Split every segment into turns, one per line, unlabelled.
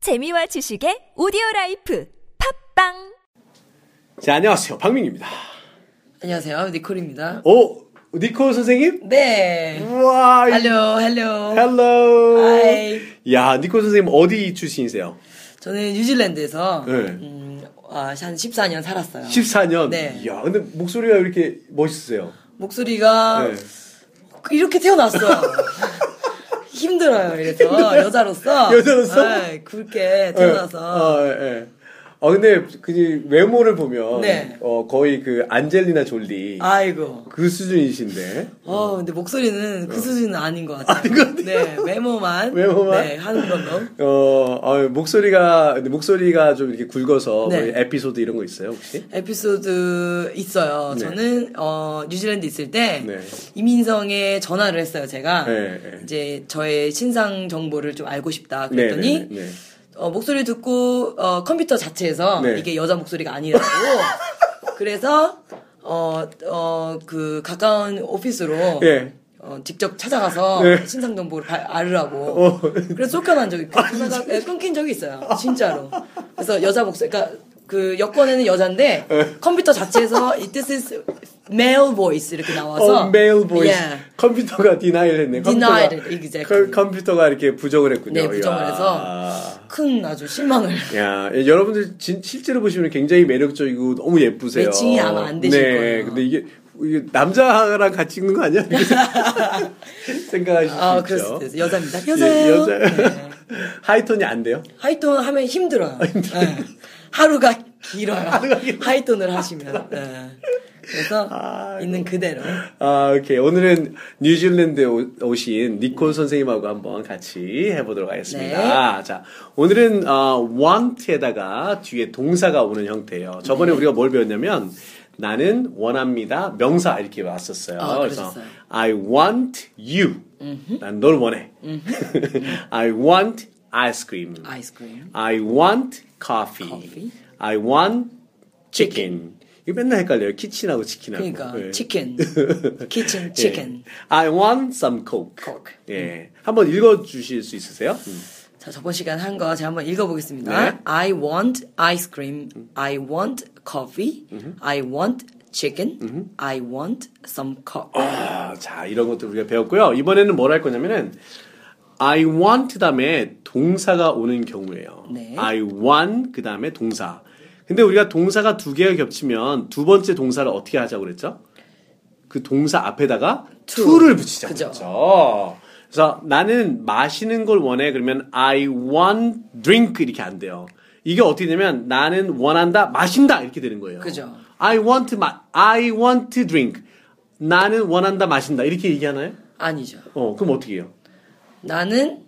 재미와 지식의 오디오 라이프 팝빵
자, 안녕하세요. 박민입니다.
안녕하세요. 니콜입니다.
오, 니콜 선생님?
네.
우와.
헬로, 헬로.
헬로.
하이.
야, 니콜 선생님 어디 출신이세요?
저는 뉴질랜드에서
네.
음, 아, 한 14년 살았어요.
14년.
네.
야, 근데 목소리가 이렇게 멋있으세요.
목소리가
네.
이렇게 태어났어. 힘들어요. 이래서 여자로서
여자로서?
네, 굵게 태어나서
네. 아, 예, 예. 아, 근데 그 외모를 보면
네.
어, 거의 그 안젤리나 졸리
아이고.
그 수준이신데.
네. 어, 근데 목소리는 그 수준은 아닌 것 같아요. 네, 외모만,
외모만?
네, 하는 걸로.
어, 어, 목소리가 근데 목소리가 좀 이렇게 굵어서
네.
뭐 에피소드 이런 거 있어요, 혹시?
에피소드 있어요.
네.
저는 어, 뉴질랜드 있을 때
네.
이민성에 전화를 했어요. 제가
네, 네.
이제 저의 신상 정보를 좀 알고 싶다 그랬더니
네, 네, 네.
어, 목소리를 듣고 어, 컴퓨터 자체에서
네.
이게 여자 목소리가 아니라고 그래서 어 어 그 가까운 오피스로
네.
어, 직접 찾아가서
네.
신상 정보를 알- 알으라고
어.
그래서 쫓겨난 적이 전화가 예, 끊긴 적이 있어요 진짜로 그래서 여자 목소리 그러니까 그 여권에는 여잔데 컴퓨터 자체에서 이 this is male voice 이렇게 나와서
어, 메일 보이스
예.
컴퓨터가 디나이를 했네. 컴퓨터가-
Denied,
컴-
exactly.
컴퓨터가 이렇게 부정을 했군요.
네, 부정을
이야.
해서. 큰 아주 실망을
야, 예, 여러분들 진- 실제로 보시면 굉장히 매력적이고 너무 예쁘세요.
매칭이 아마 안 되실
네,
거예요.
근데 이게, 이게 남자랑 같이 있는 거 아니야? 이렇게 생각하실 수
아
있죠.
그렇습니다 그래서 여자입니다
예,
여자예요
여자
네.
하이톤이 안 돼요?
하이톤 하면 힘들어요. 예. 하루가 길어요. 하이톤을 하시면. 예. 그래서 있는 그대로.
아, 오케이. 오늘은 뉴질랜드에 오- 오신 니콜 선생님하고 한번 같이 해보도록
네.
하겠습니다. 자, 오늘은 어, want에다가 뒤에 동사가 오는 형태예요. 저번에
네.
우리가 뭘 배웠냐면 나는 원합니다. 명사 이렇게 왔었어요.
아,
그래서
그러셨어요.
I want you. 난 널 원해. I want ice cream.
아이스크림.
I want coffee.
Coffee.
I want chicken. 이거 맨날 헷갈려요. 키친하고 치킨하고.
그러니까
예.
치킨. 키친 치킨.
예. I want some coke.
Coke.
예. 한번 읽어 주실 수 있으세요? 음.
자 저번 시간 한 거 제가 한번 읽어보겠습니다.
네.
I want ice cream. I want coffee. I want chicken. I want some coke.
아, 자, 이런 것도 우리가 배웠고요. 이번에는 뭘 할 거냐면은 I want 다음에 동사가 오는 경우예요.
네.
I want 그다음에 동사. 근데 우리가 동사가 두 개가 겹치면 두 번째 동사를 어떻게 하자고 그랬죠? 그 동사 앞에다가
To.
to를 붙이자고
그죠.
그랬죠. 그래서 나는 마시는 걸 원해 그러면 I want drink 이렇게 안 돼요. 이게 어떻게 되냐면 나는 원한다 마신다 이렇게 되는 거예요.
그죠.
I want 마, I want to drink. 나는 원한다 마신다 이렇게 얘기하나요?
아니죠.
어 그럼 어떻게 해요?
나는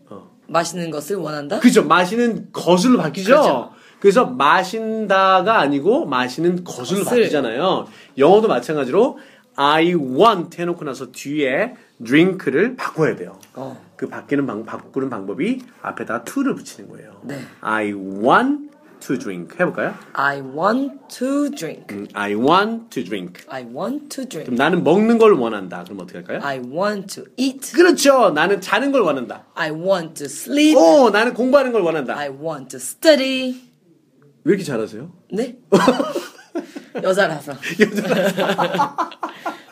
맛있는 것을 원한다.
어. 그죠 마시는 것으로 바뀌죠.
그죠.
그래서 마신다가 아니고 마시는 것으로
것을.
바뀌잖아요. 영어도 마찬가지로 I want 해놓고 나서 뒤에 drink를 바꿔야 돼요.
어.
그 바뀌는 방, 바꾸는 방법이 앞에다 to를 붙이는 거예요.
네.
I want to drink 해볼까요?
I want to drink.
음, I want to drink.
I want to drink.
그럼 나는 먹는 걸 원한다. 그럼 어떻게 할까요?
I want to eat.
그렇죠. 나는 자는 걸 원한다.
I want to sleep.
오, 나는 공부하는 걸 원한다.
I want to study.
왜 이렇게 잘하세요?
네? 여자라서.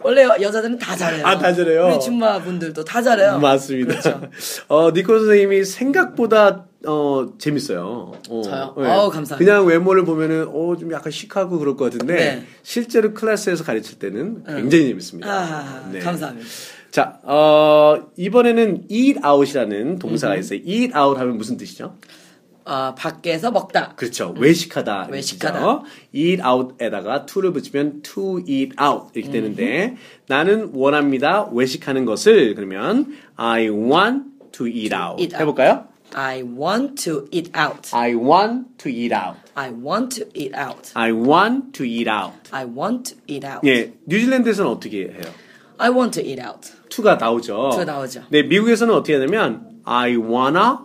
원래 여- 여자들은 다 잘해요.
아, 다 잘해요?
우리 줌마 분들도 다 잘해요.
맞습니다.
그렇죠.
어, 니콜 선생님이 생각보다 어, 재밌어요. 어,
저요?
예.
어우, 감사합니다.
그냥 외모를 보면은 어, 좀 약간 시크하고 그럴 것 같은데
네.
실제로 클래스에서 가르칠 때는 굉장히 재밌습니다.
아,
네.
감사합니다.
자, 어, 이번에는 eat out이라는 동사가 있어요. eat out 하면 무슨 뜻이죠?
아, 밖에서 먹다.
그렇죠. 외식하다.
외식하다.
이렇게 되죠. eat out에다가 to를 붙이면 to eat out 이렇게
음.
되는데 나는 원합니다. 외식하는 것을 그러면 I want to eat out.
eat out.
해볼까요?
I want to eat out.
I want to eat out.
I want to eat out.
I want to eat out.
I want to eat out.
예, 뉴질랜드에서는 어떻게 해요?
I want to eat out.
to가 나오죠.
to 나오죠.
네, 미국에서는 어떻게 하냐면 I wanna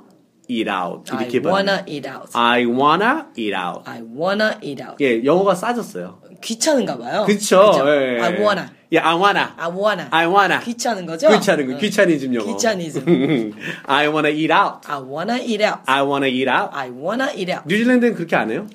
eat out 이렇게
I
발음해요.
wanna eat out.
I wanna eat out.
I wanna eat out.
예, 영어가 싸졌어요.
귀찮은가 봐요.
그쵸?
그죠?
예.
I wanna.
Yeah, I wanna.
I wanna.
I wanna.
귀찮은 거죠?
귀찮은 거,
응.
귀차니즘 영어.
귀차니즘.
I wanna eat out.
I wanna eat out.
I wanna eat out.
I wanna eat out.
뉴질랜드는 그렇게 안 해요?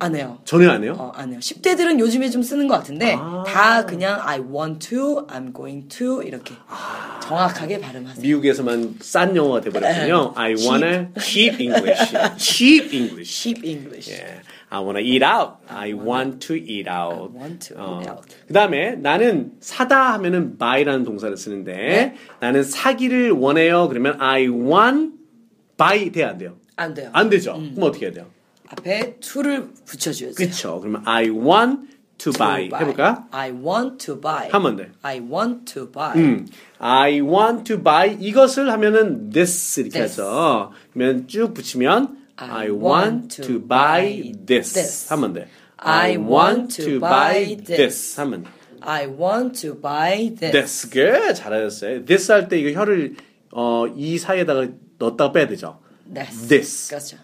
안 해요.
전혀 안 해요?
어, 안 해요. 10대들은 요즘에 좀 쓰는 것 같은데,
아.
다 그냥 I want to, I'm going to, 이렇게
아.
정확하게 발음하세요.
미국에서만 싼 영어가 돼버렸군요. I wanna cheap English. cheap English.
Cheap English.
예. I wanna eat out. I want to eat out.
I want to eat out.
그 다음에 나는 사다 하면은 buy라는 동사를 쓰는데 나는 사기를 원해요. 그러면 I want buy 돼야 안 돼요.
안 돼요.
안 되죠.
음.
그럼 어떻게 해야 돼요?
앞에 to를 붙여줘야죠.
그쵸. 그러면 I want to, buy. 해볼까?
I want to buy.
한 번 더.
I want to buy.
음, I want to buy 이것을 하면은 this 이렇게
This.
해서 그러면 쭉 붙이면 I, want to buy this,
this.
하면 돼.
I want to buy this.
하면 돼.
I want to buy this.
this good 잘하셨어요. this 할 때 이거 혀를 어, 이 사이에다가 넣었다가 빼야 되죠.
This.
This.
그렇죠.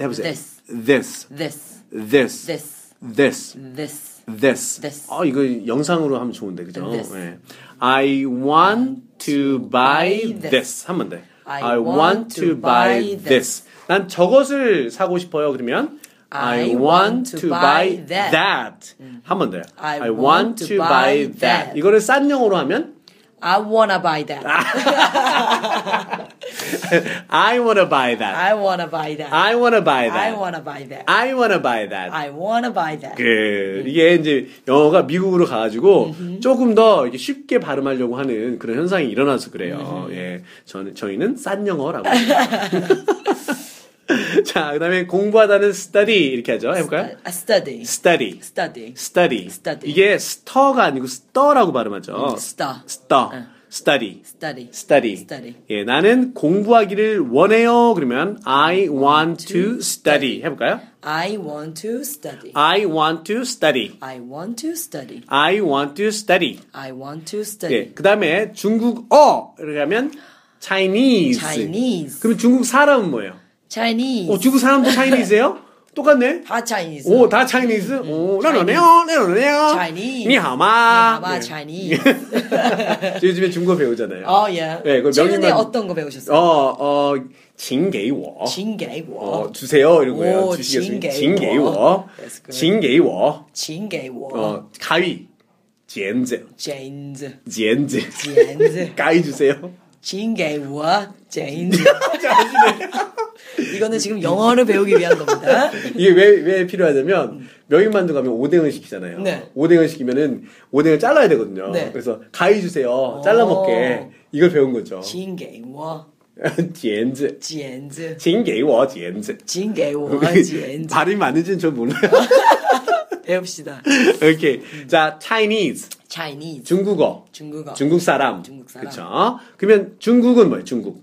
해보세요.
This.
this,
This.
this,
This.
this.
This.
this.
This.
어, 이거 영상으로 하면 좋은데, 그죠?
This.
예. I want to buy this. 하면 돼.
I want to buy this.
난 저것을 사고 싶어요. 그러면 I, want to buy that. 하면 돼.
음. I want to buy that.
이거를 싼 영어로 하면
I wanna buy that.
I wanna buy that.
I wanna buy that.
I wanna buy
I
that.
wanna buy that.
I wanna buy that.
I wanna buy that.
그 이게 이제 영어가 미국으로 가가지고 조금 더 이렇게 쉽게 발음하려고 하는 그런 현상이 일어나서 그래요. 예, 저는 저희는 싼 영어라고. 합니다. 자, 그다음에 공부하다는 study 이렇게 하죠. 해볼까요?
A study.
study,
Study.
study,
Study.
이게 스터가 아니고 스터라고 발음하죠.
음, star.
star,
응.
study.
Study.
study.
Study.
예, 나는 공부하기를 원해요. 그러면 I want to study. 해볼까요?
I want to study.
I want to study.
I want to study.
I want to study.
I want to
예,
study.
그 다음에 중국어 이렇게 하면 Chinese.
Chinese.
그럼 중국 사람은 뭐예요?
Chinese.
어, 중국 사람도 Chinese예요? 똑같네.
다 Chinese.
오, 다 Chinese. 오, 나로네요, 나로네요.
Chinese.
니하마.
아마
네.
Chinese.
저 요즘에 중국어 배우잖아요.
어, 예.
네, 그
최근에
명인만-
어떤 거 배우셨어요?
어, 어, 징게이워.
징게이워.
어, 주세요 이러고요.
오,
주시겠습니다.
징게이워.
징게이워.
That's good.
징게이워.
징게이워.
어, 가위. 젠제.
제인즈.
젠제.
젠제.
가위 주세요.
징게이워. 제인즈. 이거는 지금 영어를 배우기 위한 겁니다.
이게 왜, 왜 필요하냐면, 명인만두 가면 오뎅을 시키잖아요.
네.
오뎅을 시키면은, 오뎅을 잘라야 되거든요.
네. 어.
그래서, 가위 주세요. 잘라먹게. 이걸 배운 거죠.
징게이워.
지엔즈.
제인즈.
징게이워, 지엔즈. 어,
징게이워. 제인즈.
발음이 맞는지는 전 몰라요.
배웁시다.
이렇게. 자, Chinese.
Chinese.
중국어.
중국어.
중국 사람.
중국 사람.
그쵸. 그러면 중국은 뭐예요, 중국?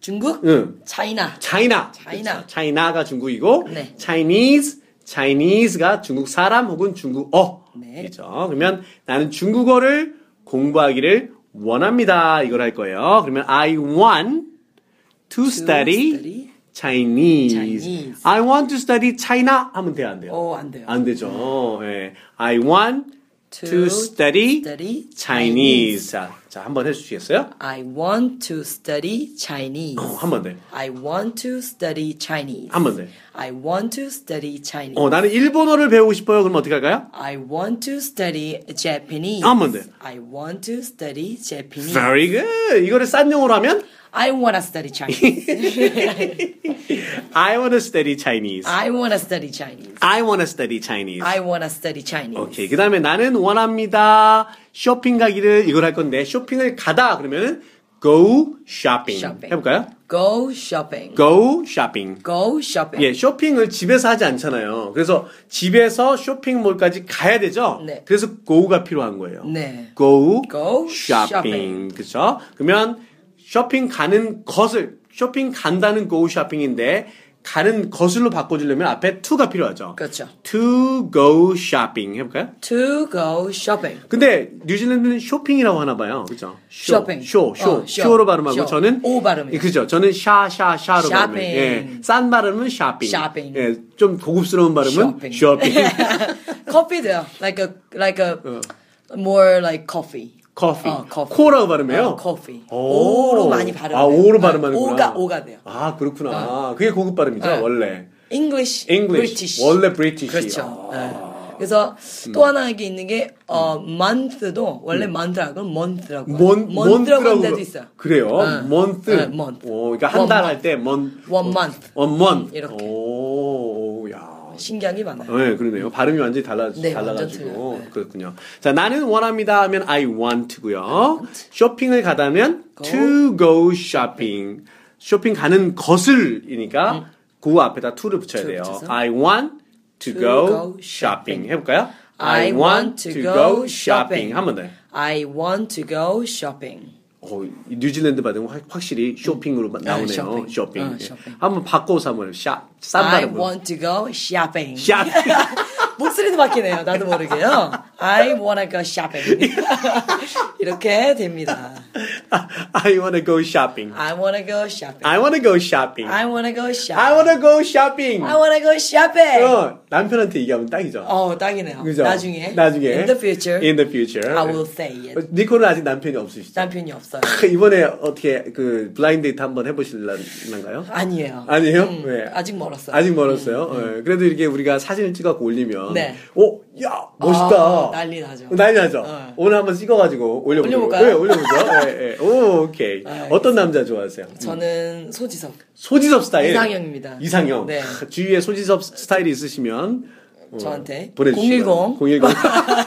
중국?
응.
차이나.
차이나.
차이나.
그쵸. 차이나가 중국이고,
네.
Chinese, Chinese가 중국 사람 혹은 중국어.
네.
그죠. 그러면 나는 중국어를 공부하기를 원합니다. 이걸 할 거예요. 그러면 I want to, study,
study
Chinese.
Chinese.
I want to study China 하면 돼요, 안 돼요?
어, 안 돼요.
안 되죠. 예. I want to, study,
study
Chinese. 자, 자, 한번 해주시겠어요?
I want to study Chinese.
어, 한번 돼.
I want to study Chinese.
한번 돼.
I want to study Chinese.
어, 나는 일본어를 배우고 싶어요. 그럼 어떻게 할까요?
I want to study Japanese.
아, 뭔데?
I want to study Japanese.
Very good. 이거를 싼 영어로 하면
I wanna study Chinese.
I wanna study Chinese.
I wanna study Chinese.
I wanna study Chinese.
I wanna study Chinese.
오케이. 그 다음에 나는 원합니다. 쇼핑 가기를 이걸 할 건데 쇼핑을 가다 그러면은 go shopping.
Shopping.
해볼까요?
Go shopping.
go shopping.
Go shopping.
예, 쇼핑을 집에서 하지 않잖아요. 그래서 집에서 쇼핑몰까지 가야 되죠.
네.
그래서 go가 필요한 거예요.
네.
go,
Go
shopping. 그렇죠? 그러면 쇼핑 가는 것을 쇼핑 간다는 go shopping인데 가는 것을로 바꿔주려면 앞에 to가 필요하죠.
그렇죠.
To go shopping 해볼까요?
To go shopping.
근데 뉴질랜드는 쇼핑이라고 하나 봐요. 그죠? 쇼,
쇼핑.
쇼, 쇼.
어, 쇼.
쇼로 발음하고
쇼.
저는
오 발음이요.
예, 그죠? 저는 샤, 샤, 샤로
샤핑.
발음해요. 예. 싼 발음은 샤핑.
샤핑.
예. 좀 고급스러운 발음은
쇼핑.
쇼핑.
커피도요. Like a like a more like coffee.
커피.
어, 커피.
어. 코라고 발음해요?
어, 커피.
오.
오. 로 많이 발음.
아, 오로 발음하는구나.
오가 오가 돼요.
아, 그렇구나. 그게 고급 발음이죠, 원래.
English,
English.
British.
원래 British.
그렇죠.
아.
네. 그래서 또
음.
하나 여기 있는 게 어, month도 원래 month라고 그럼 month라고.
몬,
month라고 하는
몬트라고.
데도 있어요.
그래요?
어.
month.
네, month.
오, 그러니까 한
One
달
month.
할 때 몬.
One month.
one month.
이렇게.
오, 오, 야.
신기한 게 많아요.
네, 그러네요. 발음이 완전히 달라,
네,
달라가지고.
완전 틀려요. 네.
그렇군요. 자, 나는 원합니다 하면 I want고요. 쇼핑을 가다면 to go shopping. 쇼핑 가는 것을이니까 그 앞에다 to를 붙여야
음. to
돼요.
붙여서.
I want to,
To
go,
go
shopping. 해볼까요?
I want to go shopping.
한 번 더요.
I want to go shopping.
어, 이 뉴질랜드 받은 건 확- 확실히 쇼핑으로 나오네요. 쇼핑.
쇼핑. 음. 어,
예.
쇼핑.
한번 바꿔서 한번 해요. 샵, 싼
I
발음으로.
want to go shopping.
샵.
목소리도 바뀌네요. 나도 모르게요. I wanna go shopping. 이렇게 됩니다.
I wanna go shopping.
I wanna go shopping.
I wanna go shopping.
I wanna go
I
shopping.
wanna go shopping.
I wanna go shopping.
어, 남편한테 얘기하면 딱이죠.
어, 딱이네요.
그죠?
나중에.
나중에.
In the future.
In the future. 어,
I will say it.
니콜은 아직 남편이 없으시죠?
남편이 없어요.
이번에 어떻게 그 블라인드 데이트 한번 해보실란가요?
아니에요.
아니에요?
음,
왜?
아직 멀었어요. 음,
아직 멀었어요. 예, 그래도 이렇게 우리가 사진을 찍어갖고 올리면,
네.
오, 야, 멋있다.
아, 난리 나죠.
난리 나죠.
어.
오늘 한번 찍어가지고 올려보죠.
올려볼까요? 아,
네, 올려보죠. 예, 예. 오, 오케이.
알겠습니다.
어떤 남자 좋아하세요?
저는 소지섭.
소지섭 스타일.
이상형입니다.
이상형.
네.
크, 주위에 소지섭 스타일이 있으시면 어,
저한테
보내주시기
010.
바랍니다.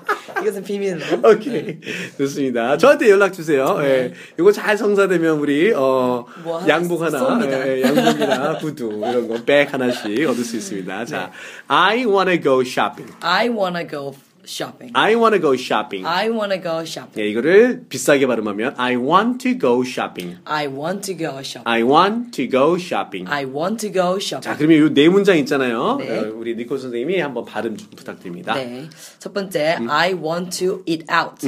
010.
이것은 비밀로.
오케이 좋습니다. 저한테 연락 주세요. 예. 이거 잘 성사되면 우리 어
네. 뭐 하나
양복 하나,
쏩니다.
예, 양복이나 구두 이런 거 백 하나씩 얻을 수
네.
있습니다. 자, I wanna go shopping.
I wanna go shopping.
I wanna go shopping.
I wanna go shopping.
예, 이거를 비싸게 발음하면 I want to go shopping.
I want to go shopping.
I want to go shopping.
I want to go
자,
shopping.
그러면 이 네 문장 있잖아요.
네.
어, 우리 니코 선생님이 한번 발음 좀 부탁드립니다.
네. 첫 번째,
음.
I want to eat out.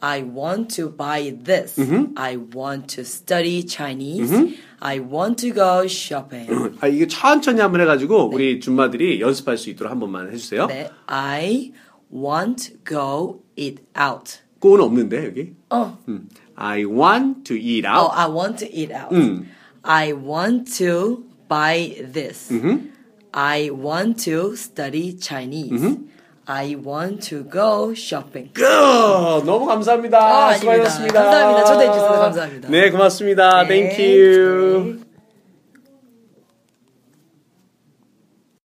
I want to buy this.
음.
I want to study Chinese. I want to go shopping.
아, 이게 천천히 한번 해가지고 우리 줌마들이 연습할 수 있도록 한 번만 해주세요.
네. I want to go eat out.
꼬는 없는데 여기.
어,
음. I want to eat
어,
out.
Oh, I want to eat out. I want to buy this. I want to study Chinese. I want to go shopping.
아, 너무 감사합니다.
아, 아닙니다.
수고하셨습니다.
감사합니다. 초대해 주셔서 감사합니다.
네, 고맙습니다.
네.
Thank you.
네.